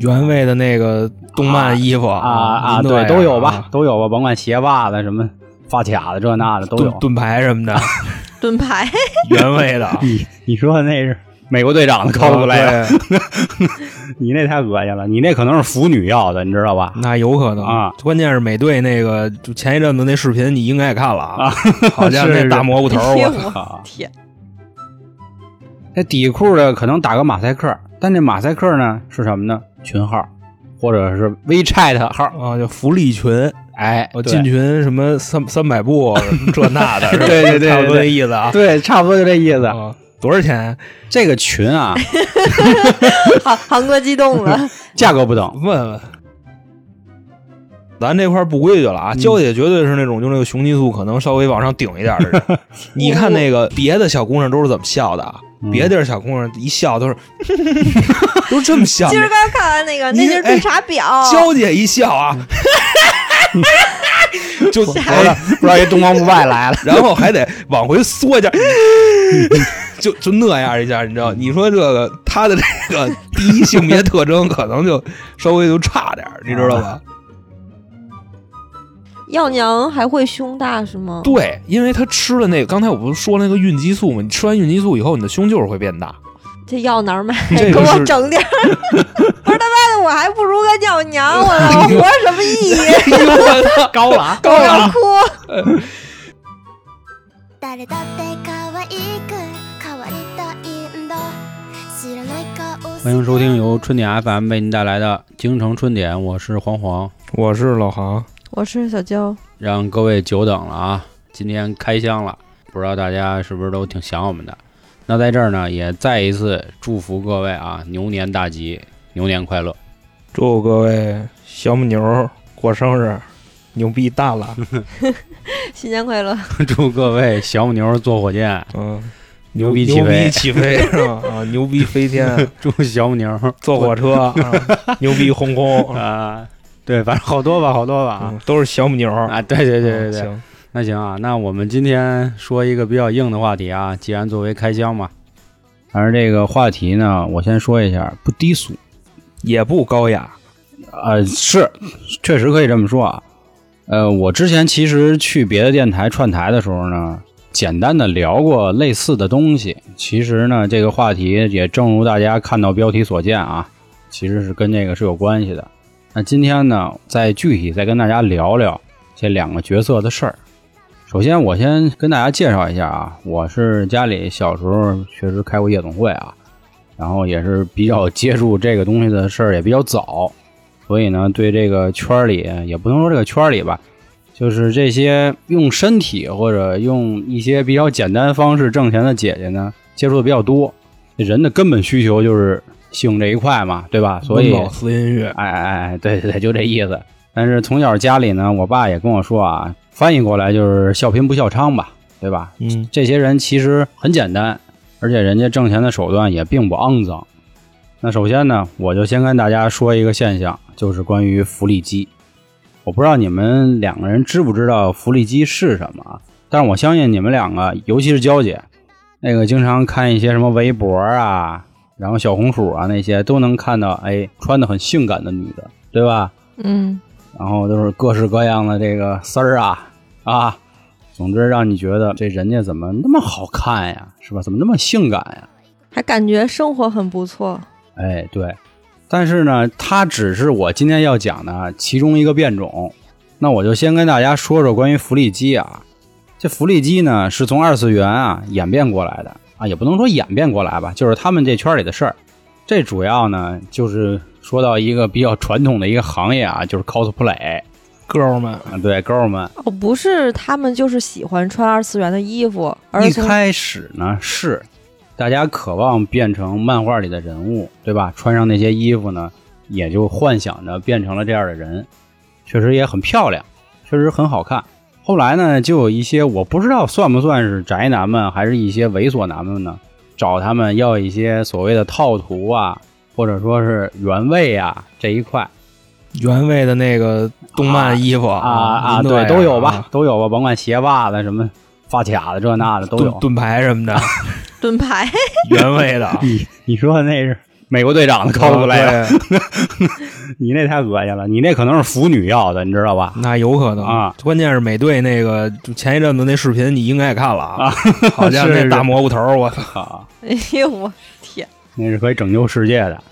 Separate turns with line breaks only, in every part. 原味的那个动漫衣服
啊啊，
您都
对，
爱
都有
啊
吧，都有吧，甭管鞋袜子什么发卡的这那的都
盾
有。
盾牌什么 的，
盾牌，
原味的
你你说的那是美国队长的 cosplay，、
啊对
你那太恶心了，你那可能是腐女要的，你知道吧？
那有可能
啊。
关键是美队那个，就前一阵子那视频，你应该也看了啊， 好家伙，
是是
那大蘑菇头，
哎呦
我
我
靠！
天，
那底裤的可能打个马赛克，但这马赛克呢是什么呢？群号或者是 WeChat 号，
啊，叫福利群，
哎，
我
对
进群什么三三百步这那的，是吧
对 对对
差不多
对
那意思啊。
对，差不多就这意思。
啊，多少钱？
这个群啊，
航航哥激动了，
价格不等，
问问。咱这块儿不规矩了啊，娇姐绝对是那种就那个雄激素可能稍微往上顶一点儿的人。你看那个别的小姑娘都是怎么笑的啊？
嗯
别地儿小姑娘一笑都是 都这么笑。
今儿刚看完那个，
你
那就是
哎
绿茶婊，
娇姐一笑啊， 就
不知道不知道这东方不败来了，
然后还得往回缩一下， 就就那样一下，你知道？你说这个他的这个第一性别特征可能就稍微就差点儿，你知道吧？
药娘还会胸大是吗？
对，因为他吃了那个，刚才我不是说那个孕激素吗？你吃完孕激素以后，你的胸就是会变大。
这药哪儿买？
哎
这
给
个
我
是
整点儿！不是他妈的，我还不如个药娘，我操，我活什么意义？
高了啊，
我要哭。
誰だって可愛く変わりたいんだ知らない顔
欢迎收听由春点 FM 为您带来的《京城春点》，我是黄黄，
我是老航，
我是小娇，
让各位久等了啊！今天开箱了，不知道大家是不是都挺想我们的？那在这儿呢，也再一次祝福各位啊，牛年大吉，牛年快乐！
祝各位小母牛过生日，牛逼大 了！
新年快乐！
祝各位小母牛坐火箭，
嗯，
牛逼起
牛逼
飞！
起 飞是吧？啊，牛逼飞天，
祝小母牛
坐火 车，啊、牛逼轰轰啊！
啊，对，反正好多吧，好多吧啊
嗯都是小母牛。
啊！对对对对
嗯
对，
行
那行啊，那我们今天说一个比较硬的话题啊，既然作为开箱嘛，反正这个话题呢，我先说一下，不低俗
也不高雅，
啊、呃是，确实可以这么说啊。呃，我之前其实去别的电台串台的时候呢，简单的聊过类似的东西。其实呢，这个话题也正如大家看到标题所见啊，其实是跟这个是有关系的。那今天呢，再具体再跟大家聊聊这两个角色的事儿。首先，我先跟大家介绍一下啊，我是家里小时候确实开过夜总会啊，然后也是比较接触这个东西的事儿也比较早，所以呢，对这个圈儿里也不能说这个圈儿里吧，就是这些用身体或者用一些比较简单方式挣钱的姐姐呢，接触的比较多。人的根本需求就是性这一块嘛，对吧？所以
温饱思音乐，
哎哎哎，对对对，就这意思。但是从小家里呢，我爸也跟我说啊，翻译过来就是笑贫不笑娼吧，对吧？
嗯，
这些人其实很简单，而且人家挣钱的手段也并不肮脏。那首先呢，我就先跟大家说一个现象，就是关于福利机。我不知道你们两个人知不知道福利机是什么啊，但是我相信你们两个，尤其是娇姐，那个经常看一些什么围脖啊，然后小红薯啊那些，都能看到，哎，穿的很性感的女的，对吧？
嗯，
然后都是各式各样的这个丝儿啊啊，总之让你觉得这人家怎么那么好看呀，是吧？怎么那么性感呀？
还感觉生活很不错。
哎，对。但是呢，它只是我今天要讲的其中一个变种。那我就先跟大家说说关于福利机啊。这福利机呢，是从二次元啊演变过来的啊，也不能说演变过来吧，就是他们这圈里的事儿。这主要呢，就是说到一个比较传统的一个行业啊，就是 cosplay
哥们，
啊，对，哥们们。
哦，不是，他们就是喜欢穿二次元的衣服，而
一
从
开始呢是，大家渴望变成漫画里的人物，对吧？穿上那些衣服呢，也就幻想着变成了这样的人，确实也很漂亮，确实很好看。后来呢，就有一些我不知道算不算是宅男们，还是一些猥琐男们呢，找他们要一些所谓的套图啊，或者说是原味啊这一块
原味的那个动漫衣服
啊啊，
您都爱
对，
啊
都有吧，，都有吧，甭管鞋袜子什么发卡的这那的都有
盾。盾牌什么的，
盾牌，
原味的
你你说的那是啊美国队 长的高布来的，
啊对，
你那太恶心了，你那可能是腐女要的，你知道吧？
那有可能
啊。
关键是美队那个就前一阵子那视频，你应该也看了 啊。好家伙，
是是
那大蘑菇头，我操！
啊，
哎呦我天，
那是可以拯救世界的。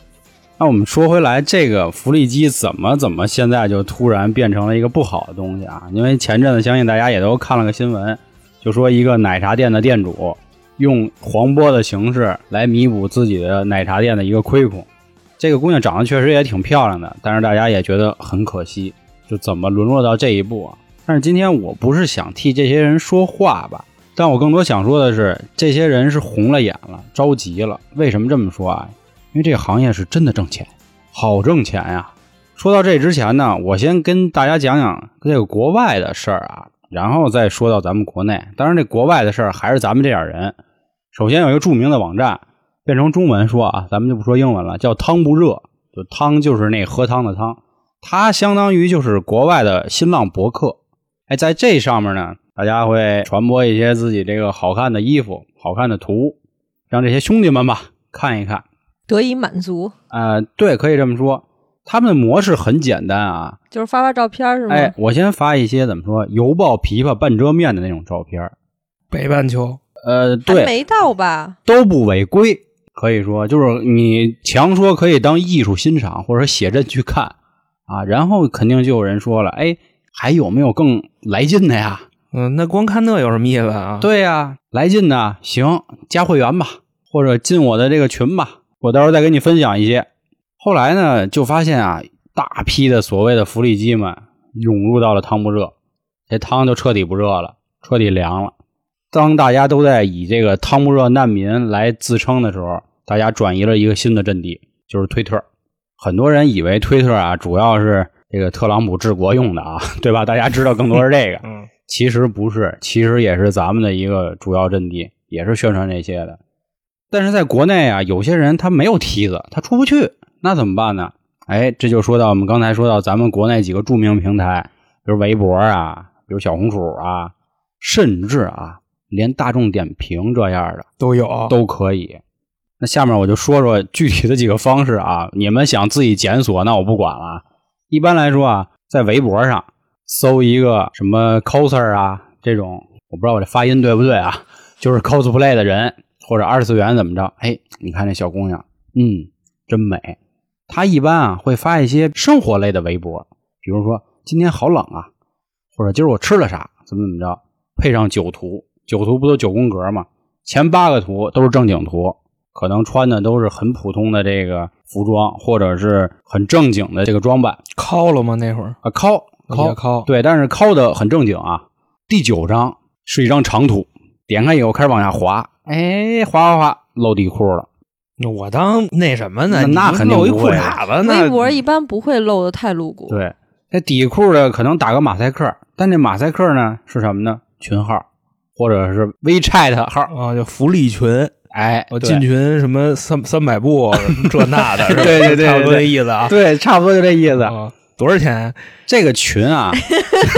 那我们说回来，这个福利机怎么怎么现在就突然变成了一个不好的东西啊？因为前阵子相信大家也都看了个新闻，就说一个奶茶店的店主用黄波的形式来弥补自己的奶茶店的一个亏空。这个姑娘长得确实也挺漂亮的，但是大家也觉得很可惜，就怎么沦落到这一步啊？但是今天我不是想替这些人说话吧，但我更多想说的是，这些人是红了眼了，着急了。为什么这么说啊？因为这个行业是真的挣钱，好挣钱呀、说到这之前呢，我先跟大家讲讲这个国外的事儿啊，然后再说到咱们国内。当然，这国外的事儿还是咱们这点儿人。首先有一个著名的网站，变成中文说啊，咱们就不说英文了，叫“汤不热”，就汤就是那喝汤的汤，它相当于就是国外的新浪博客。哎，在这上面呢，大家会传播一些自己这个好看的衣服、好看的图，让这些兄弟们吧看一看。
得以满足，
呃，对，可以这么说，他们的模式很简单啊。
就是发发照片是吗？
哎，我先发一些怎么说，油爆琵琶半遮面的那种照片儿。
北半球，
呃，
还
对，
没到吧？
都不违规，可以说就是你强说可以当艺术欣赏或者写真去看啊。然后肯定就有人说了，哎，还有没有更来劲的呀？
嗯，那光看那有什么意思啊？，
对呀、来劲呢，行，加会员吧，或者进我的这个群吧，我到时候再给你分享一些。后来呢，就发现啊，大批的所谓的福利机们涌入到了汤不热，这汤就彻底不热了，彻底凉了。当大家都在以这个汤不热难民来自称的时候，大家转移了一个新的阵地，就是推特。很多人以为推特啊，主要是这个特朗普治国用的啊，对吧？大家知道更多是这个。
嗯，
其实不是，其实也是咱们的一个主要阵地，也是宣传这些的。但是在国内啊，有些人他没有梯子，他出不去，那怎么办呢？哎，这就说到我们刚才说到咱们国内几个著名平台，比如微博啊，比如小红书啊，甚至啊，连大众点评这样的
都有，
都可以。那下面我就说说具体的几个方式啊，你们想自己检索，那我不管了啊。一般来说啊，在微博上搜一个什么 coser 啊这种，我不知道我这发音对不对啊，就是 cosplay 的人或者二次元怎么着，哎，你看这小姑娘，嗯，真美。她一般啊会发一些生活类的微博，比如说今天好冷啊，或者今儿我吃了啥，怎么怎么着，配上九图，九图不都九宫格吗？前八个图都是正经图，可能穿的都是很普通的这个服装，或者是很正经的这个装扮。
敲了吗？那会儿
啊，敲
也
敲
敲
对，但是敲的很正经啊。第九张是一张长图，点开以后开始往下滑，哎，滑滑滑，露地裤了。
那我当那什么呢？
那
你
那肯定
露一
不
裤
会啊
衩子，那
微博一般不会露的太露骨，
对，这底裤的可能打个马赛克，但这马赛克呢是什么呢？群号或者是 WeChat 号，
啊，就福利群，
哎，
我
对
进群什么三三百步这那的，是吧
对 对对
差不多
对
那意思啊。
对，差不多就这意思。
啊，多少钱？
这个群啊，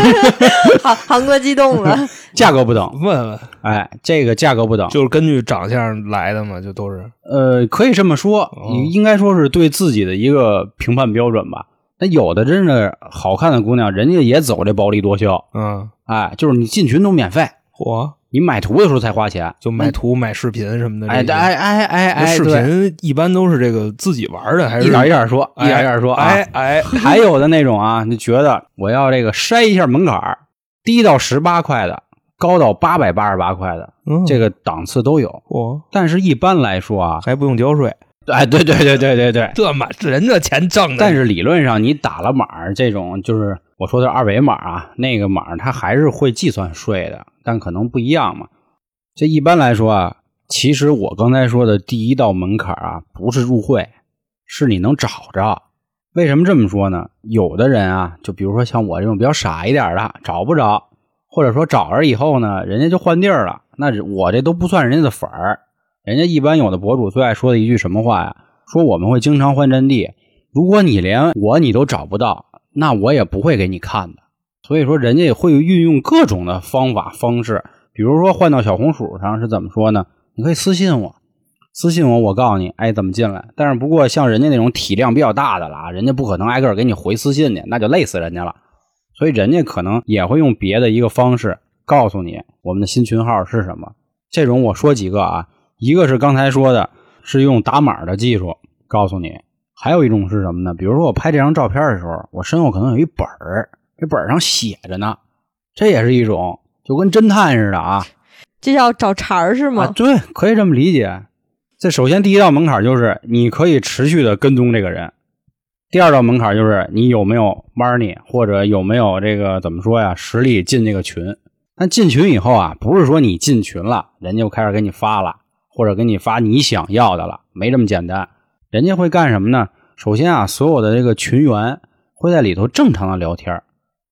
韩韩哥激动了，
价格不等，
问问，
哎，这个价格不等，
就是根据长相来的嘛，就都是
呃，可以这么说
哦，
你应该说是对自己的一个评判标准吧。那有的真是好看的姑娘，人家也走这薄利多销，
嗯，
哎，就是你进群都免费，
嚯，
你买图的时候才花钱，
就买图、买视频什么的。
嗯哎，
这些
哎哎哎
那
哎，
视
对，
频一般都是这个自己玩的，还是
一点一点说，一
哎
点一点说啊
哎。哎，
还有的那种啊，你觉得我要这个筛一下门槛儿，低到十八块的，高到八百八十八块的，这
个
个档次都有。
嚯，
但是，一般来说啊，
还不用交税，
哎，对对对对对对，
这嘛人这钱挣的，
但是理论上，你打了码儿这种，就是我说的二维码啊，那个码儿它还是会计算税的，但可能不一样嘛。这一般来说啊，其实我刚才说的第一道门槛儿啊，不是入会，是你能找着。为什么这么说呢？有的人啊，就比如说像我这种比较傻一点儿的，找不着，或者说找着以后呢，人家就换地儿了。那我这都不算人家的粉儿，人家一般有的博主最爱说的一句什么话呀？说我们会经常换阵地，如果你连我你都找不到，那我也不会给你看的。所以说，人家也会运用各种的方法方式，比如说换到小红薯上是怎么说呢？你可以私信我，私信我，我告诉你，哎，怎么进来？但是不过像人家那种体量比较大的了啊，人家不可能挨个儿给你回私信去，那就累死人家了。所以人家可能也会用别的一个方式告诉你我们的新群号是什么。这种我说几个啊，一个是刚才说的，是用打码的技术告诉你；还有一种是什么呢？比如说我拍这张照片的时候，我身后可能有一本儿，这本儿上写着呢，这也是一种，就跟侦探似的啊。
这叫找茬儿是
啊
吗？？
对，可以这么理解。这首先第一道门槛就是你可以持续的跟踪这个人，第二道门槛就是你有没有 money 或者有没有这个怎么说呀实力进这个群。但进群以后啊，不是说你进群了，人家就开始给你发了，或者给你发你想要的了，没这么简单。人家会干什么呢？首先啊，所有的这个群员会在里头正常的聊天儿，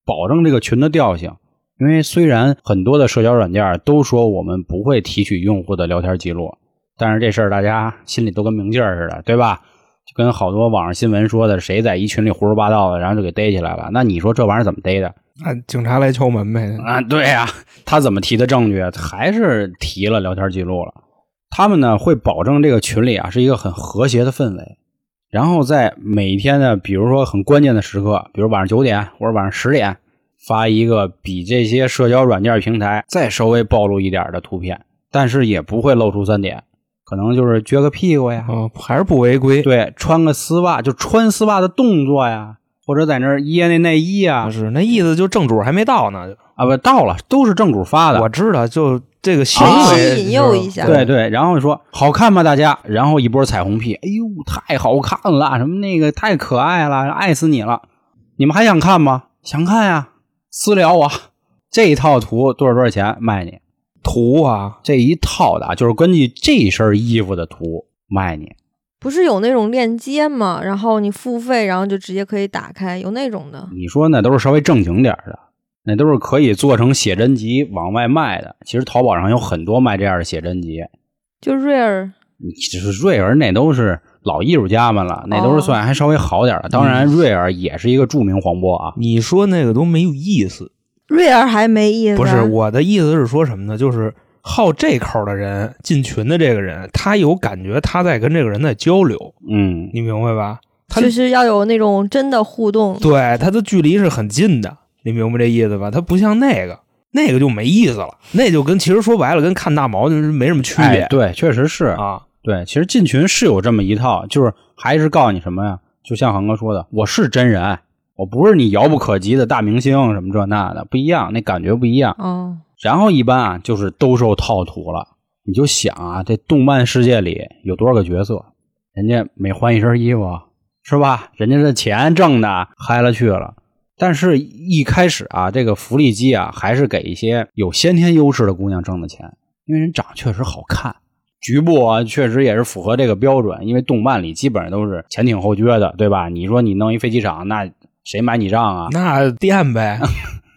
保证这个群的调性。因为虽然很多的社交软件都说我们不会提取用户的聊天记录，但是这事儿大家心里都跟明镜儿似的，对吧？就跟好多网上新闻说的，谁在一群里胡说八道的，然后就给逮起来了。那你说这玩意儿怎么逮的
那啊警察来敲门呗。
啊？ 对呀、他怎么提的证据？啊还是提了聊天记录了。他们呢会保证这个群里啊是一个很和谐的氛围，然后在每一天呢，比如说很关键的时刻，比如晚上九点或者晚上十点，发一个比这些社交软件平台再稍微暴露一点的图片，但是也不会露出三点，可能就是撅个屁股呀，
嗯，还是不违规。
对，穿个丝袜就穿丝袜的动作呀，或者在那儿掖那内衣啊
啊，是那意思，就正主还没到呢。
啊不到了，都是正主发的，
我知道，就这个行
啊
为
哦引诱一下
对对，然后说好看吗？大家，然后一波彩虹屁，哎呦，太好看了，什么那个太可爱了，爱死你了！你们还想看吗？想看呀、私聊我，这一套图多少多少钱卖你？
图啊，
这一套的啊，就是根据这身衣服的图卖你。
不是有那种链接吗？然后你付费，然后就直接可以打开，有那种的。
你说那都是稍微正经点儿的，那都是可以做成写真集往外卖的。其实淘宝上有很多卖这样的写真集，
就 Rare
你就是瑞尔那都是老艺术家们了，那
哦
都是算还稍微好点儿的。当
嗯
然，瑞尔也是一个著名黄渤啊，
你说那个都没有意思。
Rare 还没意思啊，
不是我的意思是说什么呢？就是好这口的人，进群的这个人，他有感觉他在跟这个人在交流，
嗯，
你明白吧？他
就是要有那种真的互动。
对他的距离是很近的，你明白这意思吧？他不像那个，那个就没意思了，那就跟其实说白了跟看大毛就是没什么区别、
哎，对，确实是，
啊。
对，其实进群是有这么一套，就是还是告诉你什么呀？就像航哥说的，我是真人，我不是你遥不可及的大明星什么这那的，不一样，那感觉不一样。
哦，
然后一般啊，就是兜售套图了。你就想啊，这动漫世界里有多少个角色？人家每换一身衣服，是吧？人家这钱挣的嗨了去了。但是，一开始啊，这个福利机啊，还是给一些有先天优势的姑娘挣的钱，因为人长得确实好看，局部啊，确实也是符合这个标准。因为动漫里基本上都是前挺后撅的，对吧？你说你弄一飞机场，那谁买你账啊？
那垫 呗，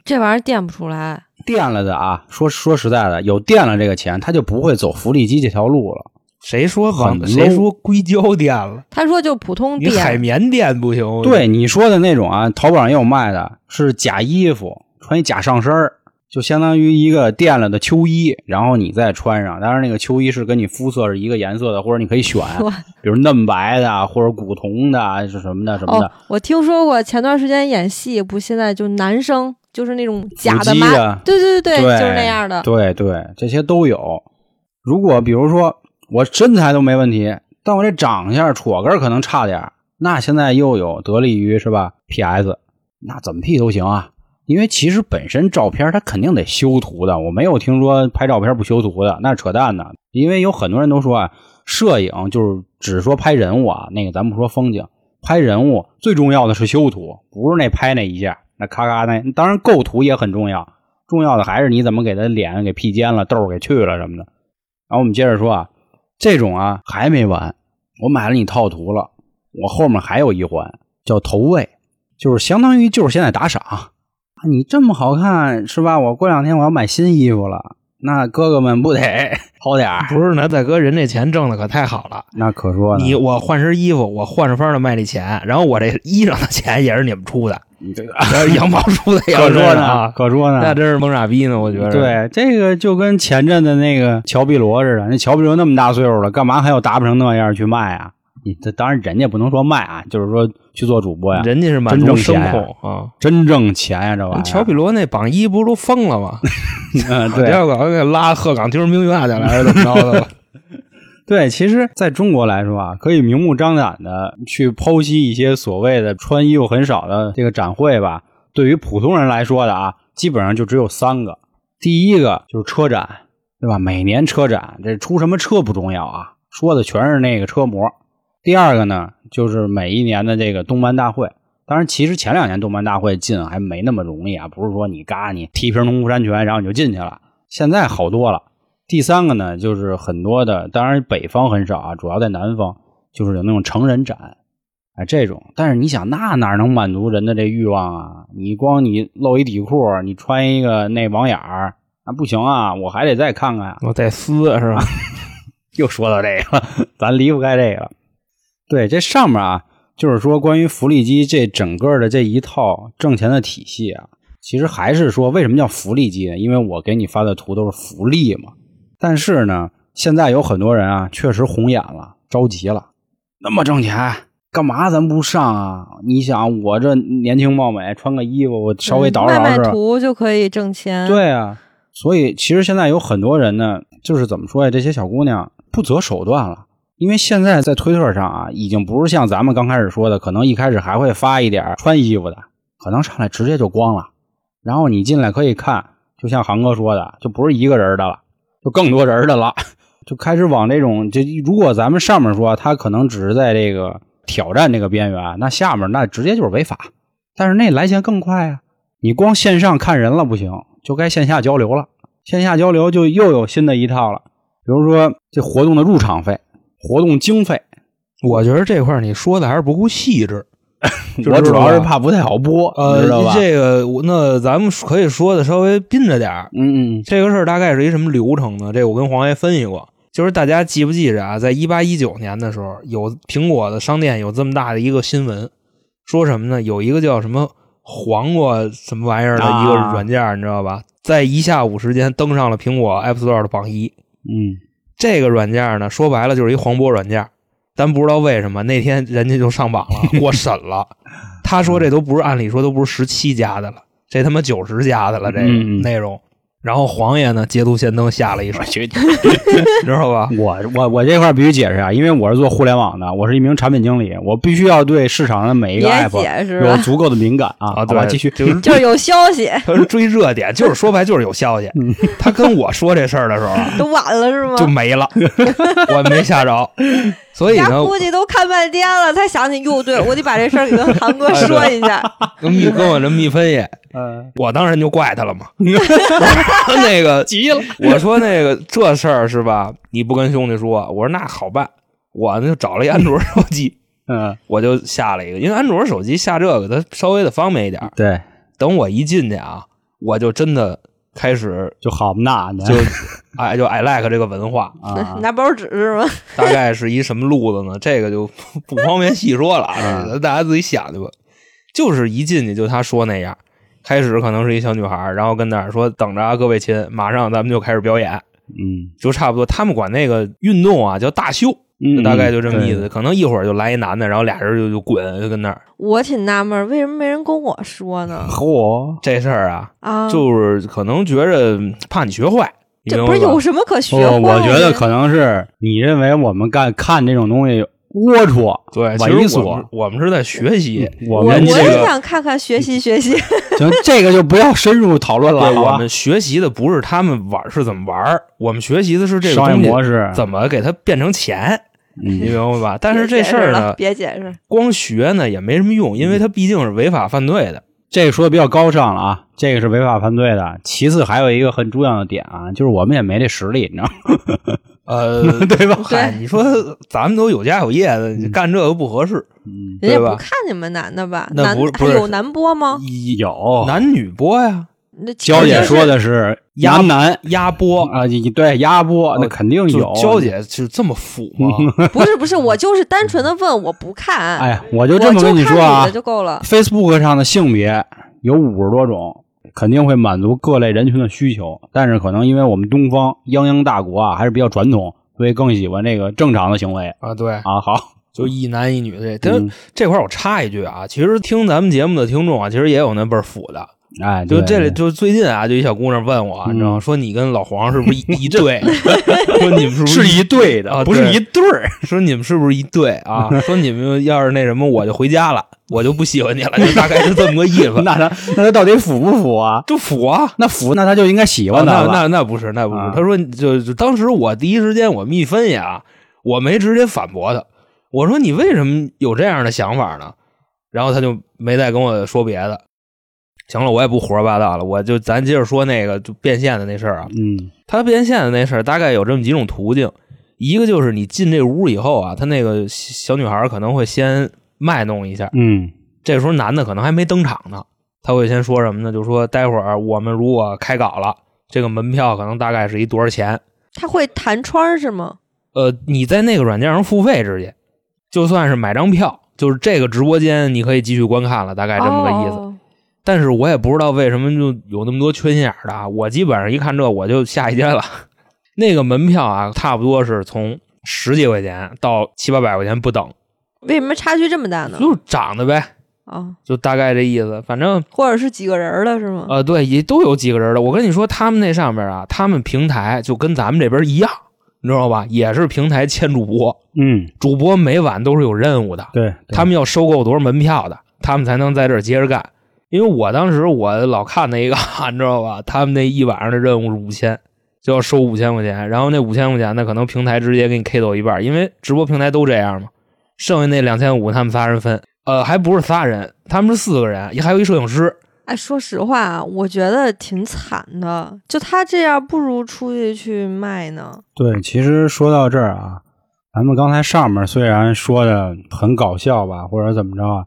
这玩意儿垫不出来。
垫了的啊，说说实在的，有垫了这个钱，他就不会走福利机这条路了。
谁说
很
往
low
谁说硅胶垫了？
他说就普通
你海
店，
绵垫不行？我觉得
对你说的那种啊，淘宝上也有卖的，是假衣服，穿一假上身儿，就相当于一个垫了的秋衣，然后你再穿上。当然，那个秋衣是跟你肤色是一个颜色的，或者你可以选
哇，
比如嫩白的，啊或者古铜的，啊是什么的什么的
哦，，我听说过前段时间演戏，不现在就男生就是那种假
腹肌
妈，
的
对对对
啊对，
就是那样的。
对对，这些都有。如果比如说我身材都没问题，但我这长相戳根儿可能差点儿，那现在又有得力于是吧？PS，那怎么 P 都行啊。因为其实本身照片它肯定得修图的，我没有听说拍照片不修图的，那是扯淡的。因为有很多人都说啊，摄影就是只说拍人物啊，那个咱不说风景，拍人物最重要的是修图，不是那拍那一下，那咔咔那当然构图也很重要，重要的还是你怎么给他脸给 P 尖了，痘儿给去了什么的。然后我们接着说啊，这种啊还没完，我买了你套图了，我后面还有一环叫投喂，就是相当于就是现在打赏。啊你这么好看是吧？我过两天我要买新衣服了，那哥哥们不得薅点儿？
不是呢，大哥，人这钱挣的可太好了。
那可说呢。
你我换身衣服，我换着法儿的卖这钱，然后我这衣裳的钱也是你们出的，呃
你这个哎羊毛出在
可说呢啊
呢，啊可说
那
呢。
真是蒙傻逼呢，我觉得。，
对，这个就跟前阵的那个乔碧罗似的，那乔碧罗那么大岁数了，干嘛还要打扮成那样去卖啊？你这当然人家不能说卖啊，就是说去做主播呀，
人家是满
啊真
足
挣
声
钱啊
控啊。
真挣钱呀，这玩意儿。
乔比罗那榜一不是都封了吗？ 啊
嗯，
第
对，
二个给拉鹤岗精神病院去了， 还是怎么着的了？
对，其实在中国来说啊，可以明目张胆的去剖析一些所谓的穿衣服很少的这个展会吧。对于普通人来说的啊，基本上就只有三个。第一个就是车展，对吧？每年车展这出什么车不重要啊，说的全是那个车模。第二个呢，就是每一年的这个动漫大会。当然，其实前两年动漫大会进还没那么容易啊，不是说你嘎你踢瓶农夫山泉然后你就进去了。现在好多了。第三个呢，就是很多的，当然北方很少啊，主要在南方，就是有那种成人展，哎，这种。但是你想，那哪能满足人的这欲望啊？你光你露一底裤，你穿一个那网眼儿，那不行啊，我还得再看看啊。
我得撕是吧？
又说到这个了，咱离不开这个了。对，这上面啊，就是说关于福利机这整个的这一套挣钱的体系啊，其实还是说为什么叫福利机呢？因为我给你发的图都是福利嘛。但是呢，现在有很多人啊，确实红眼了，着急了，那么挣钱。干嘛咱不上啊？你想我这年轻貌美，穿个衣服，我稍微捯饬捯饬，
卖嗯卖图就可以挣钱。，
对啊，所以其实现在有很多人呢，就是怎么说呀？这些小姑娘不择手段了，因为现在在推特上啊，已经不是像咱们刚开始说的，可能一开始还会发一点儿穿衣服的，可能上来直接就光了。然后你进来可以看，就像航哥说的，就不是一个人的了，就更多人的了，就开始往这种就如果咱们上面说他可能只是在这个挑战这个边缘，啊那下面那直接就是违法。但是那来钱更快啊！你光线上看人了不行，就该线下交流了。线下交流就又有新的一套了，比如说这活动的入场费、活动经费，
我觉得这块儿你说的还是不够细致。就
我主要
是
是
吧
怕不太好播，你知道
呃
吧，？
这个我那咱们可以说的稍微宾着点儿。
嗯嗯，
这个事儿大概是一什么流程呢？这我跟黄爷分析过，就是大家记不记着啊？在一八一九年的时候，有苹果的商店有这么大的一个新闻，说什么呢？有一个叫什么黄瓜什么玩意儿的一个
啊
软件儿，你知道吧？在一下午时间登上了苹果 App Store 的榜一。
嗯，
这个软件儿呢，说白了就是一黄波软件儿，咱不知道为什么那天人家就上榜 了，过审了。他说这都不是，按理说都不是十七加的了，这他妈九十加的了，这个
嗯嗯
内容。然后黄爷呢，捷足先登下了一手
我，去，
知道吧？
我我我这块儿必须解释啊，因为我是做互联网的，我是一名产品经理，我必须要对市场上的每一个
别
app
解释
有
了，
足够的敏感 啊。好吧，
对，
继续。
就是
就是有消息
他是追热点，就是说白就是有消息。
嗯
他跟我说这事儿的时候 啊
都晚了是吗？
就没了，我没吓着，所以
人家
呢，
估计都看半天了，才想起哟，对我得把这事儿给跟韩
哎
哥说一下。
跟蜜跟我这蜜分析，
嗯，
我当然就怪他了 嘛。那个
急了，
我说那个这事儿是吧？你不跟兄弟说，我说那好办，我呢就找了一安卓手机，
嗯，
我就下了一个，因为安卓手机下这个它稍微的方便一点儿。
对，
等我一进去啊，我就真的开始
就好那呢
就哎就 I like 这个文化，
啊，
拿包纸是吗？
大概是一什么路子呢？这个就 不方便细说了
嗯
啊，这个大家自己想去吧。就是一进去就他说那样，开始可能是一小女孩儿，然后跟那儿说等着啊，各位亲，马上咱们就开始表演，
嗯
就差不多。他们管那个运动啊叫大秀，
嗯，
大概就这么意
对
思。可能一会儿就来一男的，然后俩人就就滚，就跟那儿。
我挺纳闷儿，为什么没人跟我说呢？
嚯，
这事儿啊，
啊，
就是可能觉着怕你学坏，你
这
明
不是
白吧
有什么可学
我
坏
哦
的？
我觉得可能是你认为我们干看这种东西龌龊，
对，
猥
其实我
琐
们我们是在学习。
我
啊嗯我
们
这
我
个
也想看看学习学习。
行，这个就不要深入讨论了，
对，
好
我
吧？
们学习的不是他们玩儿是怎么玩儿，我们学习的是这个
商
东
业
西
模式，
怎么给它变成 钱，你
嗯
明白吧？但是这事
别解释
儿
了
呢，
别解释，
光学呢也没什么用，因为
嗯
它毕竟是违法犯罪的。
这个说的比较高尚了啊，这个是违法犯罪的。其次还有一个很重要的点啊，就是我们也没这实力，你知道吗？
呃，
对嗯吧？
嗨，你说咱们都有家有业的，你干这个不合适。
嗯，
人家
对吧
不看你们男的吧？
那
男
不是不是
有男播吗？
有
男女播呀，
那其
娇
实
姐
就是
说的是
鸭
男
压波
啊，你对鸭波那肯定
哦就
嗯有
娇。姐是这么腐 吗？
不是不是，我就是单纯的问，我不看，
哎，我
我
就这么跟你
看
说
女
啊
的就够了。
，Facebook 上的性别有五十多种，肯定会满足各类人群的需求。但是可能因为我们东方泱泱大国啊，还是比较传统，所以更喜欢这个正常的行为
啊，对，
啊。好，
就一男一女这。但
嗯
是这块儿我插一句啊，其实听咱们节目的听众啊，其实也有那倍儿腐的，
哎，
就
对
这里就最近啊，就一小姑娘问我啊，
嗯
你知道吗？说你跟老黄是不 是一一对？说你们是不
是
一
一对的，
啊
不是
对
一对 儿。
说你们是不是一对 啊？说你们要是那什么，我就回家了，我就不喜欢你了，就大概是这么个意思。
那他那他到底腐不腐啊？
就腐啊！
那腐，那他就应该喜
啊
欢他
那
了。
那那不是，那不是
啊。
他说就就当时我第一时间我密分析啊，我没直接反驳他，我说你为什么有这样的想法呢？然后他就没再跟我说别的。行了，我也不胡说八道了，我就咱接着说那个就变现的那事儿啊。
嗯
它变现的那事儿大概有这么几种途径，一个就是你进这屋以后啊，他那个小女孩儿可能会先卖弄一下，
嗯
这时候男的可能还没登场呢，他会先说什么呢？就说待会儿我们如果开搞了，这个门票可能大概是一多少钱？
他会弹窗儿是吗？
呃，你在那个软件上付费直接，就算是买张票，就是这个直播间你可以继续观看了，大哎概这么个意思。
哦
但是我也不知道为什么就有那么多缺心眼儿的啊！我基本上一看这我就下一间了。 那个门票啊，差不多是从十几块钱到七八百块钱不等，
为什么差距这么大呢？
就是涨的呗，
啊，
就大概这意思。反正
或者是几个人儿了是
啊
吗？
呃，对，也都有几个人的。我跟你说，他们那上面啊，他们平台就跟咱们这边一样，你知道吧？也是平台签主播，
嗯，
主播每晚都是有任务的，
对，对
他们要收购多少门票的，他们才能在这儿接着干。因为我当时我老看那个， 你知道吧？他们那一晚上的任务是五千，就要收五千块钱，然后那五千块钱呢，可能平台直接给你 K 走一半儿，因为直播平台都这样嘛。剩下那两千五，他们仨人分，呃，还不是仨人，他们是四个人，还有一摄影师。
哎，说实话啊，我觉得挺惨的。就他这样，不如出去去卖呢。
对，其实说到这儿啊，咱们刚才上面虽然说的很搞笑吧，或者怎么着啊，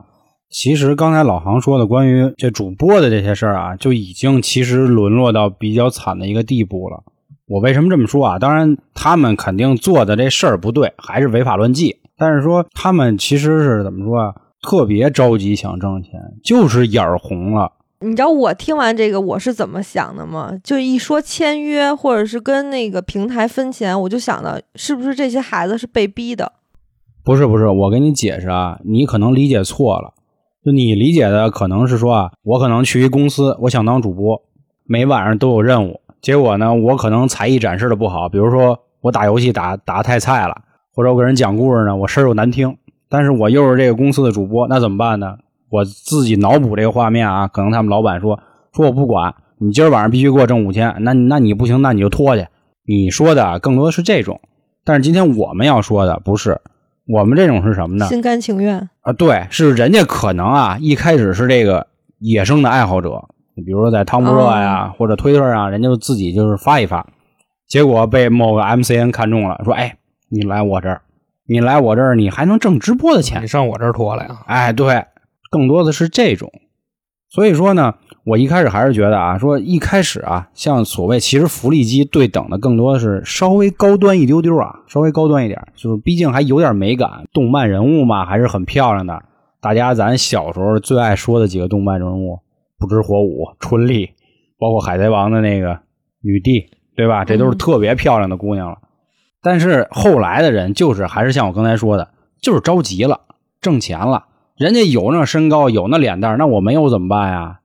其实刚才老航说的关于这主播的这些事儿啊，就已经其实沦落到比较惨的一个地步了。我为什么这么说啊？当然，他们肯定做的这事儿不对，还是违法乱纪。但是说他们其实是怎么说啊？特别着急想挣钱，就是眼儿红了。
你知道我听完这个我是怎么想的吗？就一说签约或者是跟那个平台分钱，我就想到是不是这些孩子是被逼的？
不是不是，我给你解释啊，你可能理解错了。就你理解的可能是说啊，我可能去一公司，我想当主播，每晚上都有任务。结果呢，我可能才艺展示的不好，比如说我打游戏打打太菜了，或者我给人讲故事呢，我声儿又难听。但是我又是这个公司的主播，那怎么办呢？我自己脑补这个画面啊，可能他们老板说说我不管你，今儿晚上必须给我挣五千，那你那你不行，那你就拖去。你说的啊更多的是这种，但是今天我们要说的不是我们这种是什么呢？
心甘情愿。
啊，对，是人家可能啊，一开始是这个野生的爱好者，你比如说在汤姆热呀、或者推特啊，人家就自己就是发一发，结果被某个 MCN 看中了，说哎，你来我这儿，你来我这儿，你还能挣直播的钱
你，上我这儿拖来啊？
哎，对，更多的是这种。所以说呢，我一开始还是觉得啊，说一开始啊，像所谓其实福利机对等的更多的是稍微高端一丢丢啊，稍微高端一点，就是毕竟还有点美感，动漫人物嘛还是很漂亮的。大家咱小时候最爱说的几个动漫人物，不知火舞、春丽，包括海贼王的那个女帝，对吧？这都是
嗯
特别漂亮的姑娘了。但是后来的人就是还是像我刚才说的，就是着急了，挣钱了。人家有那身高，有那脸蛋儿，那我没有怎么办呀？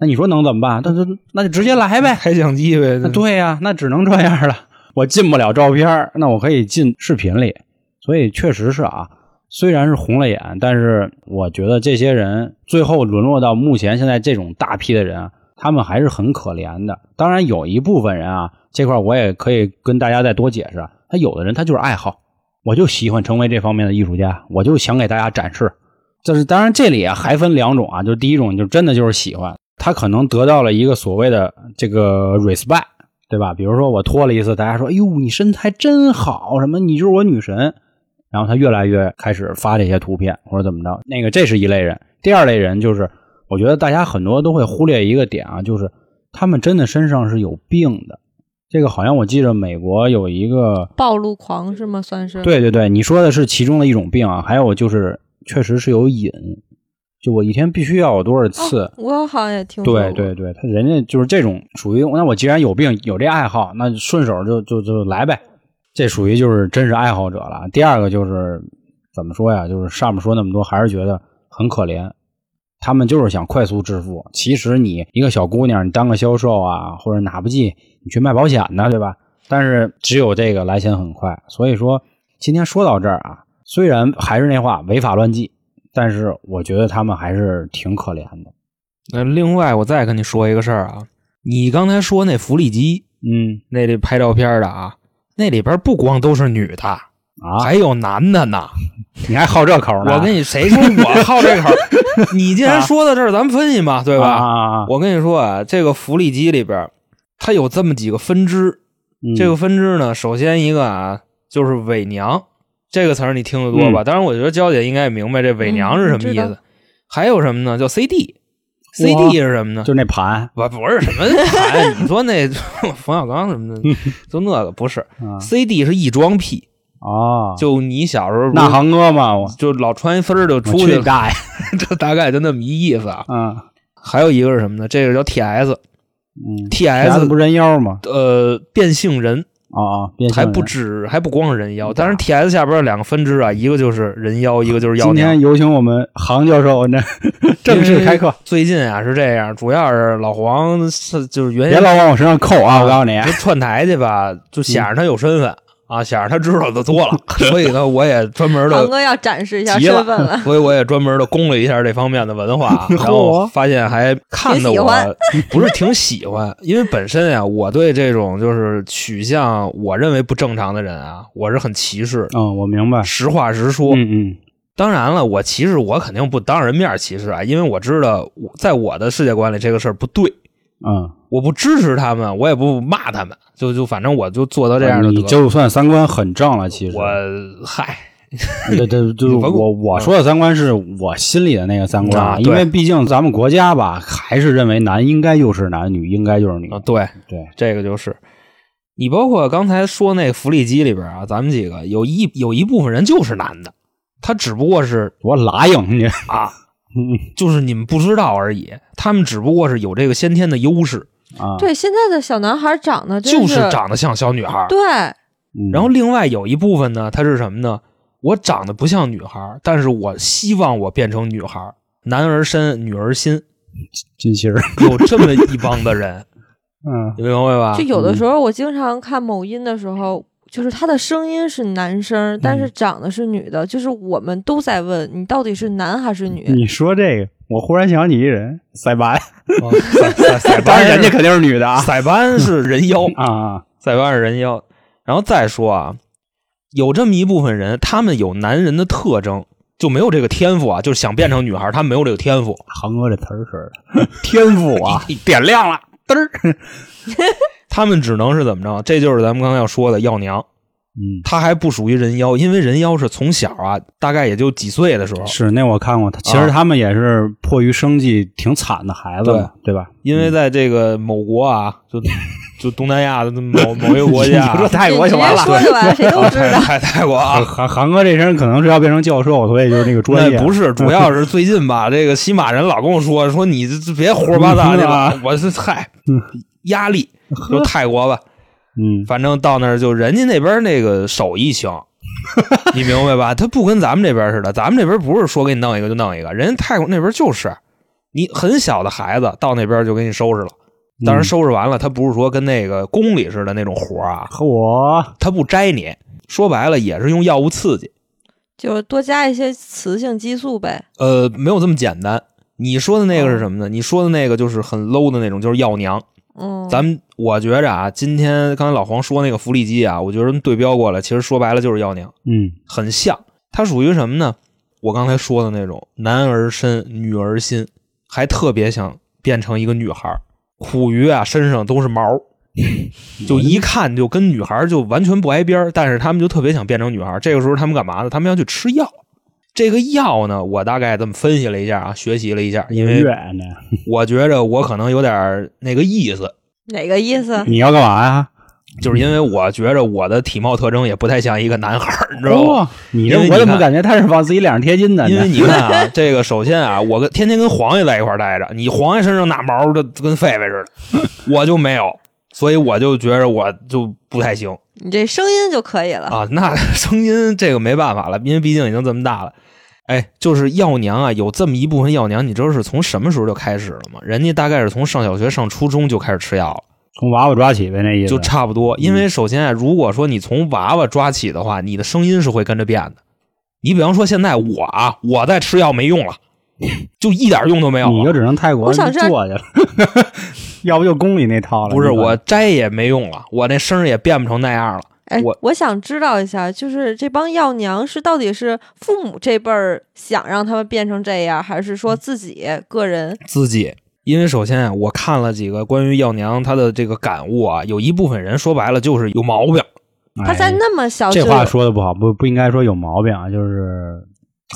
那你说能怎么办？那就那就直接来呗。
开相机呗
哎那，对呀、那只能这样了。我进不了照片儿，那我可以进视频里。所以确实是啊，虽然是红了眼，但是我觉得这些人最后沦落到目前现在这种大批的人啊，他们还是很可怜的。当然有一部分人啊，这块儿我也可以跟大家再多解释啊，他有的人他就是爱好，我就喜欢成为这方面的艺术家，我就想给大家展示。这是当然，这里啊还分两种啊，就是第一种就真的就是喜欢，他可能得到了一个所谓的这个 respect，对吧？比如说我脱了一次，大家说：“哎呦，你身材真好，什么你就是我女神。”然后他越来越开始发这些图片或者怎么着，那个这是一类人。第二类人就是，我觉得大家很多都会忽略一个点啊，就是他们真的身上是有病的。这个好像我记着美国有一个，
暴露狂是吗？算是，
对对对，你说的是其中的一种病啊，还有就是确实是有瘾，就我一天必须要有多少次。
哦我好像也听说
对
过。
对对，他人家就是这种属于，那我既然有病有这爱好，那顺手就就就来呗，这属于就是真是爱好者了。第二个就是怎么说呀，就是上面说那么多，还是觉得很可怜。他们就是想快速致富。其实你一个小姑娘，你当个销售啊，或者哪不济你去卖保险呢，对吧？但是只有这个来钱很快。所以说，今天说到这儿啊，虽然还是那话，违法乱纪，但是我觉得他们还是挺可怜的。
那另外，我再跟你说一个事儿啊，你刚才说那福利机
嗯
那里拍照片的啊，那里边不光都是女的，
啊，
还有男的呢。
你还好这口呢？
我跟你谁说我好这 口儿？你既
啊
然说到这儿，咱们分析嘛，对
对
吧？
吧？
我跟你说啊，这个福利机里边儿，它有这么几个分支。
嗯
这个分支呢，首先一个啊，就是伪娘这个词儿你听得
嗯
多吧？当然，我觉得娇姐应该也明白这伪娘是什么意
嗯知
思。还有什么呢？叫 CD。
哇
CD 是什么呢？
就那盘
不不是什么盘，你说那冯小刚什么 的，就那个不是。
啊
CD 是异装癖，
哦，
嗯就你小时候不
那
是
航哥嘛，我
就老穿一丝儿就
我
出
去
去
你，大爷！
这大概就那么一意思啊。
嗯
还有一个是什么呢？这个叫 TS，TS
嗯，孩子不是人妖吗？
呃变性人，
啊啊，变性
还
人啊
不止，还不光是人妖。但是 TS 下边有两个分支啊，一个就是人妖，一个就是妖哎
今
娘。
天有请我们杭教授那正式开课，
最近啊是这样，主要是老黄是就是原
别
先
老往我身上扣啊！我告诉你，
就串台去吧，就显着他有身份啊，显着他知道的多了，
嗯
所以呢，我也专门
航
的，
哥要展示一下
急
身
了嗯
份了，
所以我也专门的攻了一下这方面的文化啊，然后发现还看的
挺喜
我
欢
不是挺喜欢，因为本身啊，我对这种就是取向我认为不正常的人啊，我是很歧视的。
嗯，我明白，
实话实说，
嗯嗯
当然了，我歧视我肯定不当人面歧视啊，因为我知道我在我的世界观里这个事儿不对，
嗯，
我不支持他们，我也不骂他们，就就反正我就做到这样就
嗯啊你
得了。
就算三观很正了，其实
我嗨，
对对，就是
你甭
我我说的三观是我心里的那个三观
啊
啊，
对
因为毕竟咱们国家吧，还是认为男应该就是男，女应该就是女
啊，。对，
对，
这个就是你包括刚才说那个福利机里边啊，咱们几个有一有一部分人就是男的，他只不过是
我拉硬你，
啊，
嗯
就是你们不知道而已，他们只不过是有这个先天的优势，
啊，
对，现在的小男孩长得真
就是是长得像小女孩儿。
对，
嗯，
然后另外有一部分呢，它是什么呢？我长得不像女孩儿，但是我希望我变成女孩儿，男儿身，女儿心，
金星儿，
有这么一帮的人，
嗯
你明白吧
就？有的
嗯
时候我经常看某音的时候，就是他的声音是男声，
嗯
但是长得是女的，就是我们都在问你到底是男还是女。
你说这个，我忽然想起一人，塞班，
哦塞塞塞
当
班
然人家
是
肯定是女的啊
塞班是人妖，
啊，
塞班是人妖。然后再说啊，有这么一部分人，他们有男人的特征，就没有这个天赋啊，就是想变成女孩儿，他们没有这个天赋。
航哥这词儿 是天赋啊，点亮了，嘚儿，
他们只能是怎么着？这就是咱们刚才要说的要娘，
嗯，
他还不属于人妖，因为人妖是从小啊，大概也就几岁的时候，
嗯
是那我看过，他其实他们也是迫于生计挺惨的孩子嘛，对吧？
因为在这个某国啊，就就东南亚的某某一个 国家
你说
啊，
泰国就完
你直接说
了。
就完了，谁都知 道。
泰泰国
韩
啊。
韩韩哥这身可能是要变成教授，所以就是那个专业
那不是，主要是最近吧，这个西马人老跟我说说你这这别胡说八道去了
嗯，
我是嗨
嗯，
压力就泰国吧，
嗯，
反正到那儿就人家那边那个手艺行，你明白吧？他不跟咱们这边似的，咱们这边不是说给你弄一个就弄一个，人家泰国那边就是，你很小的孩子到那边就给你收拾了。
嗯
当然收拾完了，他不是说跟那个宫里似的那种活儿啊，
和我
他不摘你，说白了也是用药物刺激，
就是多加一些雌性激素呗。
呃，没有这么简单。你说的那个是什么呢？你说的那个就是很 low 的那种，就是药娘。
嗯，
咱们我觉着啊，今天刚才老黄说那个福利机啊，我觉得对标过来，其实说白了就是药娘。
嗯
很像。它属于什么呢？我刚才说的那种男儿身，女儿心，还特别想变成一个女孩儿。苦于啊，身上都是毛儿，就一看就跟女孩儿就完全不挨边儿。但是他们就特别想变成女孩儿。这个时候他们干嘛呢？他们要去吃药。这个药呢，我大概这么分析了一下啊，学习了一下，因
音
为
乐呢？
我觉着我可能有点儿那个意思，
哪个意思？
你要干嘛呀？
就是因为我觉着我的体貌特征也不太像一个男孩儿，你知道吗？
哦，你
因
这
为
我
你
怎么
看
感觉他是往自己脸上贴金的呢？
因为你看啊，这个首先啊，我跟天天跟黄爷在一块儿待着，你黄爷身上那毛的跟狒狒似的，我就没有，所以我就觉着我就不太行
你这声音就可以了。
啊。那 声音这个没办法了，因为毕竟已经这么大了。哎，就是药娘啊，有这么一部分药娘，你知道是从什么时候就开始了吗？人家大概是从上小学、上初中就开始吃药了，
从娃娃抓起呗，那意思。
就差不多。因为首先啊，如果说你从娃娃抓起的话，你的声音是会跟着变的。你比方说现在我啊，我在吃药没用了，就一点用都没有了。
你就只能泰国
我想知道
坐去了， 要不就宫里那哎套了。
不是
你管
我摘也没用了，我那声儿也变不成那样了。
哎，
我
想知道一下，就是这帮药娘是到底是父母这辈儿想让他们变成这样，还是
嗯
说自己个人？
自己，因为首先啊我看了几个关于药娘她的这个感悟啊，有一部分人说白了就是有毛病，
他在那么小
哎
就
这话说的不好，不不应该说有毛病啊，就是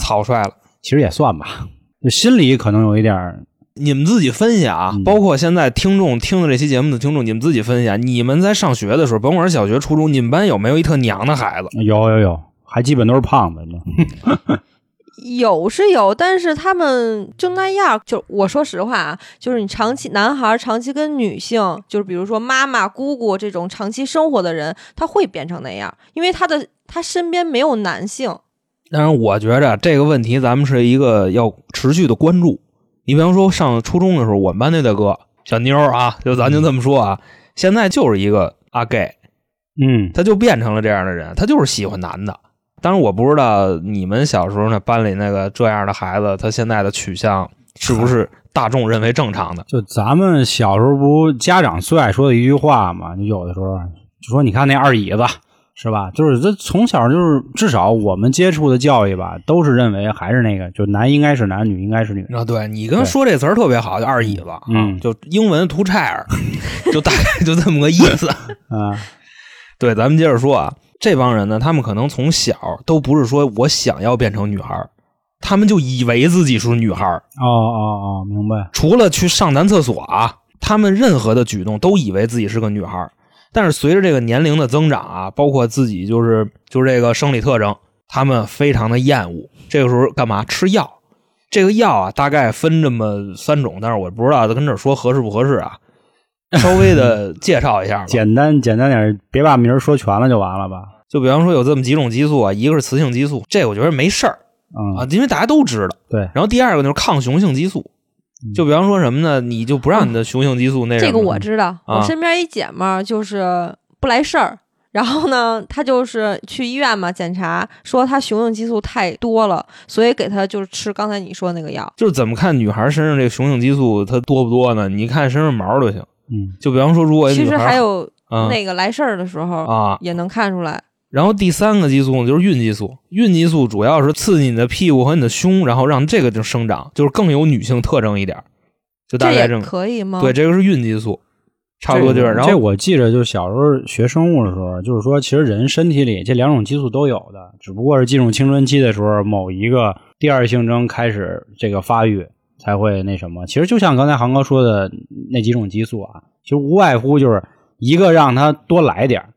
草率了。
其实也算吧，就心里可能有一点儿
你们自己分析啊
嗯，
包括现在听众听的这期节目的听众，你们自己分析啊。你们在上学的时候，甭管是小学、初中，你们班有没有一特娘的孩子？
有有有，还基本都是胖子呢。
有是有，但是他们就那样。就我说实话啊，就是你长期男孩儿长期跟女性，就是比如说妈妈、姑姑这种长期生活的人，他会变成那样，因为他的他身边没有男性。
但是我觉着啊这个问题，咱们是一个要持续的关注。你比方说上初中的时候，我们班那大哥小妞儿啊，就咱就这么说啊，现在就是一个阿 gay，
嗯，
他就变成了这样的人，他就是喜欢男的。当然，我不知道你们小时候那班里那个这样的孩子，他现在的取向是不是大众认为正常的？
就咱们小时候不家长最爱说的一句话嘛，就有的时候就说你看那二椅子。是吧？就是这从小就是，至少我们接触的教育吧，都是认为还是那个，就男应该是男，女应该是女。
啊，对你刚
对
说这词儿特别好，就二椅子，
嗯
就英文 two chair，就大概就这么个意思。
啊，
对，咱们接着说啊，这帮人呢，他们可能从小都不是说我想要变成女孩儿，他们就以为自己是女孩儿，
哦哦哦，明白。
除了去上男厕所啊，他们任何的举动都以为自己是个女孩儿。但是随着这个年龄的增长啊，包括自己就是就是这个生理特征，他们非常的厌恶。这个时候干嘛？吃药。这个药啊，大概分这么三种，但是我不知道跟这儿说合适不合适啊，稍微的介绍一下吧。
简单简单点儿，别把名儿说全了就完了吧？
就比方说有这么几种激素啊，一个是雌性激素，这我觉得没事儿
嗯，
啊，因为大家都知道。
对
然后第二个就是抗雄性激素，
嗯
就比方说什么呢？你就不让你的雄性激素那什么
哦这个我知道，
啊
我身边一姐们儿就是不来事儿，然后呢，她就是去医院嘛检查，说她雄性激素太多了，所以给她就是吃刚才你说那个药。
就是怎么看女孩身上这个雄性激素它多不多呢？你看身上毛就行。
嗯，
就比方说，如果
其
女
实
孩
还有
嗯
那个来事儿的时候、
啊，
也能看出来。
然后第三个激素呢就是孕激素，孕激素主要是刺激你的屁股和你的胸，然后让这个就生长，就是更有女性特征一点儿，就大
这
概
也
这么
可以吗？
对，，这个是孕激素，差不多就是。
这
然
这
后
我记着，就是小时候学生物的时候，就是说，其实人身体里这两种激素都有的，只不过是进入青春期的时候，某一个第二性征开始这个发育才会那什么。其实就像刚才航哥说的那几种激素啊，其实无外乎就是一个让他多来点儿，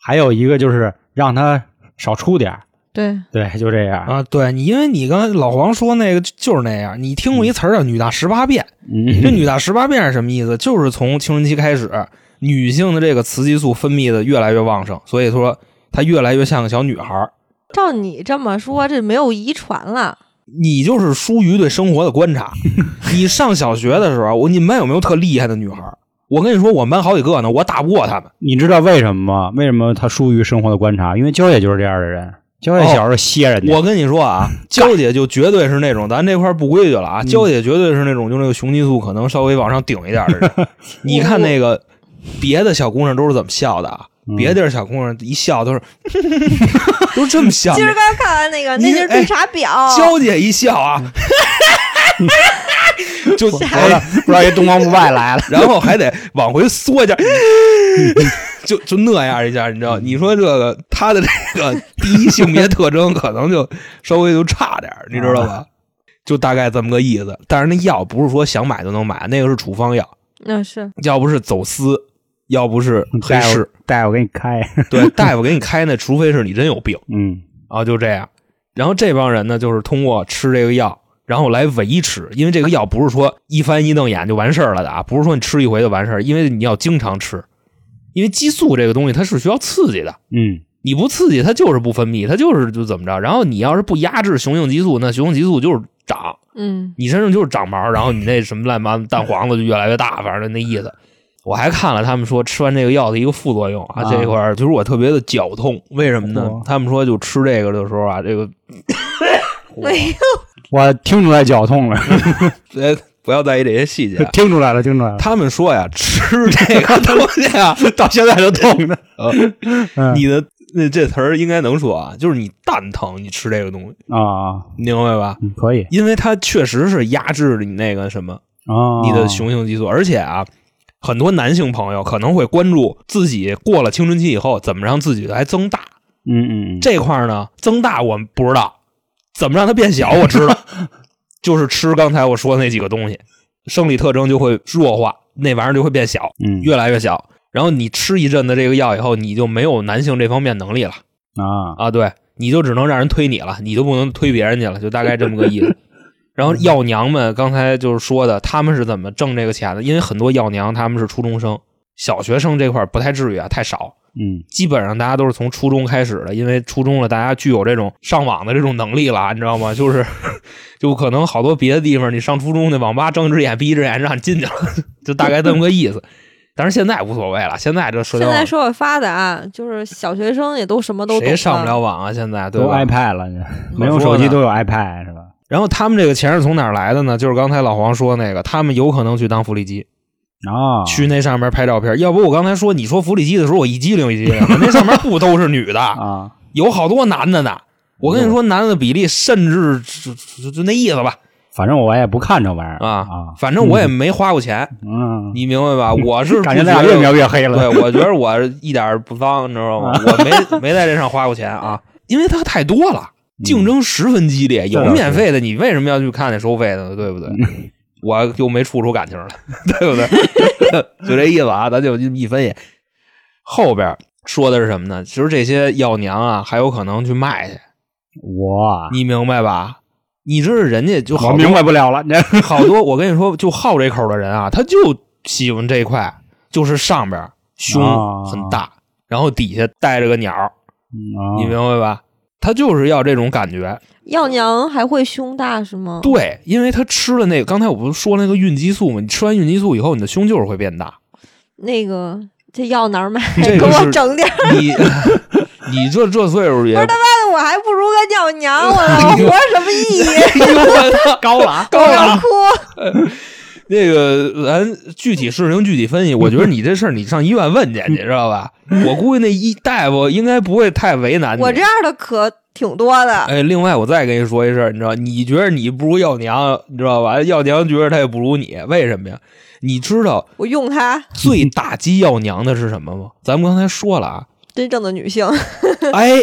还有一个就是让他少出点儿。
对
对，就这样。
啊，对你，因为你刚才老黄说那个就就是那样，你听过一词儿叫“女大十八变”，
嗯，
这“女大十八变”是什么意思？就是从青春期开始，女性的这个雌激素分泌的越来越旺盛，所以说她越来越像个小女孩儿。
照你这么说，这没有遗传了。
你就是疏于对生活的观察。你上小学的时候，我你们班有没有特厉害的女孩儿？我跟你说，我们班好几个呢，我打不过他们。
你知道为什么吗？为什么他疏于生活的观察？因为娇姐就是这样的人，娇姐小时候歇人家，
哦我跟你说啊，娇姐就绝对是那种，咱这块儿不规矩了啊，
嗯
娇姐绝对是那种，就那个雄激素可能稍微往上顶一点的 人。你看那个别的小姑娘都是怎么笑的啊？
嗯
别地儿小姑娘一笑 都是都这么笑
今，儿刚看完那个，哦那
你
就是
哎
绿茶婊。
娇姐一笑啊，哎就
不知道
哎，
不知道这东方不败来了
然后还得往回缩一下，就就那样一下，你知道？你说这个他的这个第一性别特征可能就稍微就差点儿，你知道
啊
吧？就大概这么个意思。但是那药不是说想买就能买，那个是处方药，
那是
要不是走私，要不是黑
大夫
市，，
嗯大夫给你 开，
对，大夫给你开那，除非是你真有病
嗯，
啊，就这样。然后这帮人呢，就是通过吃这个药，然后来维持，因为这个药不是说一翻一瞪眼就完事儿了的啊，不是说你吃一回就完事儿，因为你要经常吃，因为激素这个东西它是需要刺激的，
嗯，
你不刺激它就是不分泌，它就是就怎么着。然后你要是不压制雄性激素，那雄性激素就是长，
嗯
你身上就是长毛，然后你那什么乱七八糟蛋黄子就越来越大，反正那意思。我还看了他们说吃完这个药的一个副作用啊，
啊
这一块儿就是我特别的绞痛，为什么呢
嚯？
他们说就吃这个的时候啊，这个
哎
我听出来绞 痛了，
呃不要在意这些细节啊。
听出来了，听出来了，
他们说呀，吃这个东西啊，
到现在都痛的，
呃
嗯
你的那这词儿应该能说啊，就是你蛋疼，你吃这个东西，
啊，
你明白吧？
嗯可以
因为它确实是压制了你那个什么，
啊，
你的雄性激素，而且啊，很多男性朋友可能会关注自己过了青春期以后怎么让自己还增大
嗯，嗯嗯，
这块儿呢，增大我们不知道，怎么让它变小我知道，就是吃刚才我说的那几个东西，生理特征就会弱化，那玩意儿就会变小，
嗯
越来越小。然后你吃一阵子这个药以后，你就没有男性这方面能力了。
啊，
啊，对，你就只能让人推你了，你就不能推别人去了，就大概这么个意思。 然后药娘们刚才就是说的，他们是怎么挣这个钱的？因为很多药娘他们是初中生，小学生这块儿不太至于啊，太少。
嗯
基本上大家都是从初中开始的，因为初中了，大家具有这种上网的这种能力了，你知道吗？就是， 就可能好多别的地方，你上初中那网吧睁一只眼闭一只眼让你进去了，就大概这么个意思。但是现在无所谓了，现在这社
现
交
在
网
社会发达，就是小学生也都什么都懂，
谁上不？了网啊？现在对
都
吧？
iPad 了，你
可
没有
说
手机
呢
都有 iPad 是吧？
然后他们这个钱是从哪儿来的呢？就是刚才老黄说那个，他们有可能去当福利机，
啊，
去那上面拍照片。要不我刚才说你说福利机的时候，我一激灵一激 灵的，那上面不都是女的，
啊，
有好多男的呢。我跟你说，男的比例甚至就就就那意思吧
反正我也不看这玩意儿
啊
啊，
反正我也没花过钱，
嗯，
你明白 吧？我是
感觉
不
咱俩
觉
越
得
描越黑了，
对，我觉得我一点儿不脏，你知 道吗？我没没在这上花过钱啊，因为它太多了，
嗯
竞争十分激烈，有
这倒是
免费的，你为什么要去看那收费的呢？对不对？
嗯
我又没处出感情了，对不 对？就这意思啊，咱就一分也。后边说的是什么呢？其实这些药娘啊，还有可能去卖去，
我
你明白吧？你这是人家就
我
好
明
多
白不了了， 你
好多，我跟你说，就好这口的人啊，他就喜欢这块，就是上边胸
啊
很大，然后底下带着个鸟，你明
啊
白吧？他就是要这种感觉。
药娘还会胸大是吗？
对，因为他吃了那个，刚才我不是说了那个孕激素吗？你吃完孕激素以后，你的胸就是会变大。
那个这药 哪儿买？
这
给
个
我
是
整点 儿，
你，你这这岁数也，
我还不如个药娘， 我我活什么意义？
高了啊，
我 要哭。
那个咱具体事情具体分析。我觉得你这事儿你上医院问去，你知道吧？我估计那医大夫应该不会太为难你。
我这样的可挺多的，
哎，另外我再跟你说一事儿，你知道，你觉得你不如药娘，你知道吧？药娘觉得她也不如你，为什么呀？你知道
我用它
最打击药娘的是什么吗？咱们刚才说了啊，
真正的女性，
哎，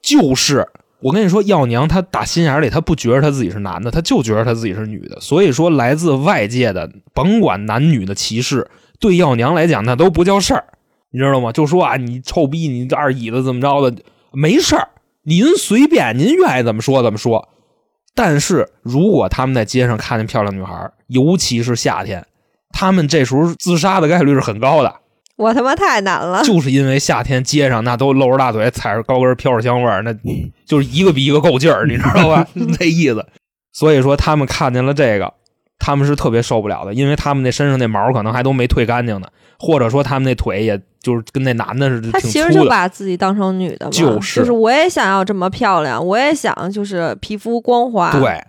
就是我跟你说，药娘她打心眼儿里她不觉得她自己是男的，她就觉得她自己是女的，所以说来自外界的甭管男女的歧视，对药娘来讲那都不叫事儿，你知道吗？就说啊，你臭逼，你这二椅子怎么着的，没事儿，您随便，您愿意怎么说怎么说。但是如果他们在街上看见漂亮女孩儿，尤其是夏天，他们这时候自杀的概率是很高的。
我他妈太难了。
就是因为夏天街上那都露着大腿，踩着高跟，飘着香味儿，那
嗯
就是一个比一个够劲儿，你知道 吧？就那意思。所以说他们看见了这个，他们是特别受不了的，因为他们那身上那毛可能还都没退干净呢，或者说他们那腿也就是跟那男的似的，
她
挺
其实
粗
就
的。
把自己当成女的嘛，
就
就是我也想要这么漂亮，我也想就是皮肤光滑，，
对，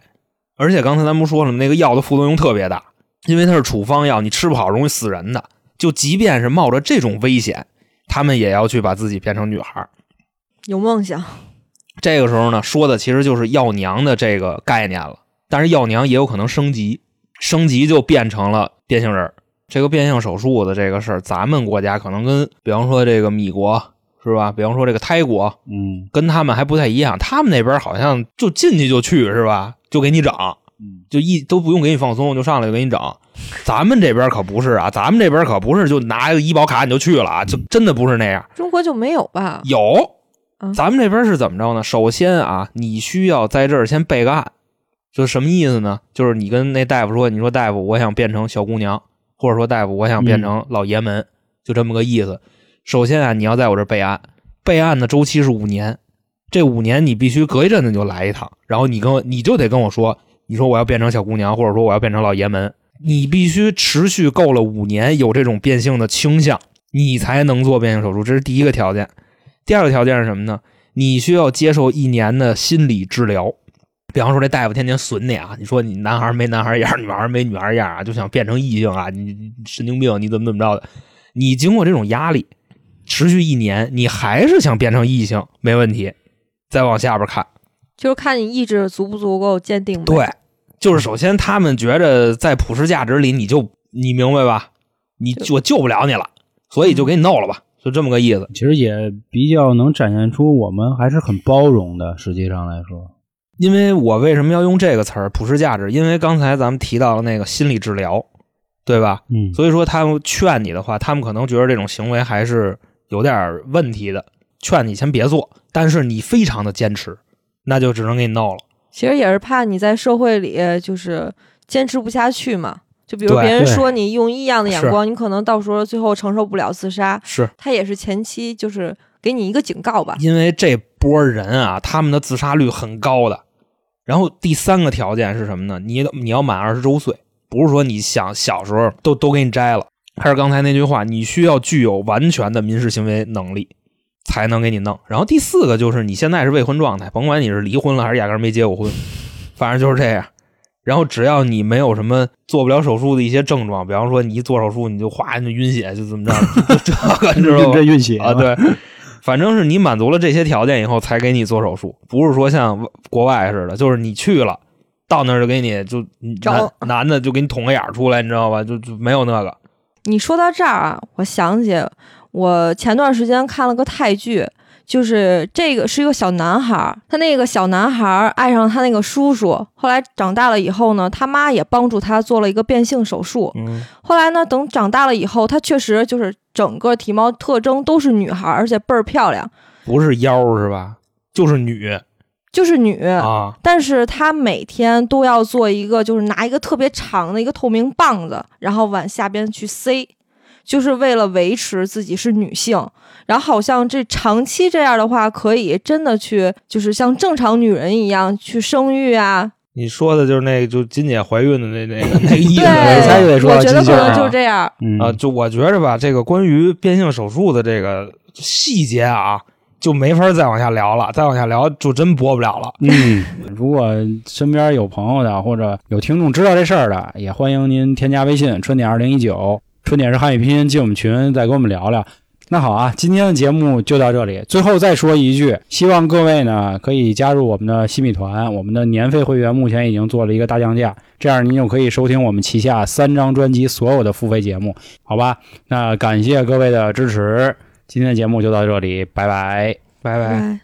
而且刚才咱不说了吗，那个药的副作用特别大，因为它是处方药，你吃不好容易死人的。就即便是冒着这种危险，他们也要去把自己变成女孩儿。
有梦想，
这个时候呢，说的其实就是药娘的这个概念了，但是药娘也有可能升级，升级就变成了变性人儿，这个变性手术的这个事儿，咱们国家可能跟比方说这个米国是吧？比方说这个泰国
嗯
跟他们还不太一样，他们那边好像就进去就去是吧？就给你整，
嗯，
就一都不用给你放松，就上来就给你整。咱们这边可不是啊，咱们这边可不是就拿个医保卡你就去了啊，就真的不是那样。
中国就没有吧？
有
嗯，
咱们这边是怎么着呢？首先啊，你需要在这儿先备个案，就是什么意思呢？就是你跟那大夫说，你说大夫，我想变成小姑娘，或者说大夫，我想变成老爷们，就这么个意思。首先啊，你要在我这儿备案，备案的周期是五年，这五年你必须隔一阵子就来一趟，然后你跟我你就得跟我说，你说我要变成小姑娘，或者说我要变成老爷们，你必须持续够了五年有这种变性的倾向，你才能做变性手术，这是第一个条件。第二个条件是什么呢？你需要接受一年的心理治疗。比方说，这大夫天天损你啊，你说你男孩没男孩样，女孩没女孩样啊，就想变成异性啊，你你神经病，你怎么怎么着的？你经过这种压力，持续一年，你还是想变成异性，没问题。再往下边看，
就是看你意志足不足够坚定呗。
对，就是首先他们觉着在普世价值里，你就你明白吧？你
对
我救不了你了，所以就给你弄了吧，就这么个意思。
其实也比较能展现出我们还是很包容的，实际上来说，
因为我为什么要用这个词儿“普世价值”？因为刚才咱们提到了那个心理治疗，对吧？
嗯
所以说他们劝你的话，他们可能觉得这种行为还是有点问题的，劝你先别做。但是你非常的坚持，那就只能给你闹了。
其实也是怕你在社会里就是坚持不下去嘛。就比如
对
别人
对
说你用异样的眼
是
光，你可能到时候最后承受不了自杀，
是
他也是前期就是给你一个警告吧。
因为这波人啊，他们的自杀率很高的。然后第三个条件是什么呢？你你要满二十周岁，不是说你想小时候都都给你摘了。还是刚才那句话，你需要具有完全的民事行为能力，才能给你弄。然后第四个就是你现在是未婚状态，甭管你是离婚了还是压根儿没结过婚， 反正就是这样。然后只要你没有什么做不了手术的一些症状，比方说你一做手术你就哗你就晕血就怎么着，就就这个你知 道吗？
运气
啊，，对，反正是你满足了这些条件以后才给你做手术，不是说像外国外似的，就是你去了，到那儿就给你就男
找
男的就给你捅个眼儿出来，你知道吧？就就没有那个，
你说到这儿啊，我想起我前段时间看了个泰剧，就是这个是一个小男孩儿，他那个小男孩儿爱上他那个叔叔，后来长大了以后呢，他妈也帮助他做了一个变性手术，
嗯，
后来呢，等长大了以后，她确实就是整个体貌特征都是女孩儿，而且倍儿漂亮，
不是妖是吧？就是女
就是女。
啊，
但是她每天都要做一个，就是拿一个特别长的一个透明棒子，然后往下边去塞，就是为了维持自己是女性。然后好像这长期这样的话，可以真的去就是像正常女人一样去生育啊。
你说的就是那个就金姐怀孕的那那 个那个意
对，
思是
我
吧
猜以为说
我觉
金
得可
姐
能
儿
就是这样。
嗯
啊？就我觉着吧，这个关于变性手术的这个细节啊，就没法再往下聊了，再往下聊就真播不了了。
嗯，如果身边有朋友的或者有听众知道这事儿的，也欢迎您添加微信“春点二零一九”，春点是汉语拼音，进我们群再跟我们聊聊。那好啊，今天的节目就到这里。最后再说一句，希望各位呢可以加入我们的西米团，我们的年费会员目前已经做了一个大降价，这样您就可以收听我们旗下三张专辑所有的付费节目，好吧？那感谢各位的支持，今天的节目就到这里，拜拜。
嗯
拜拜。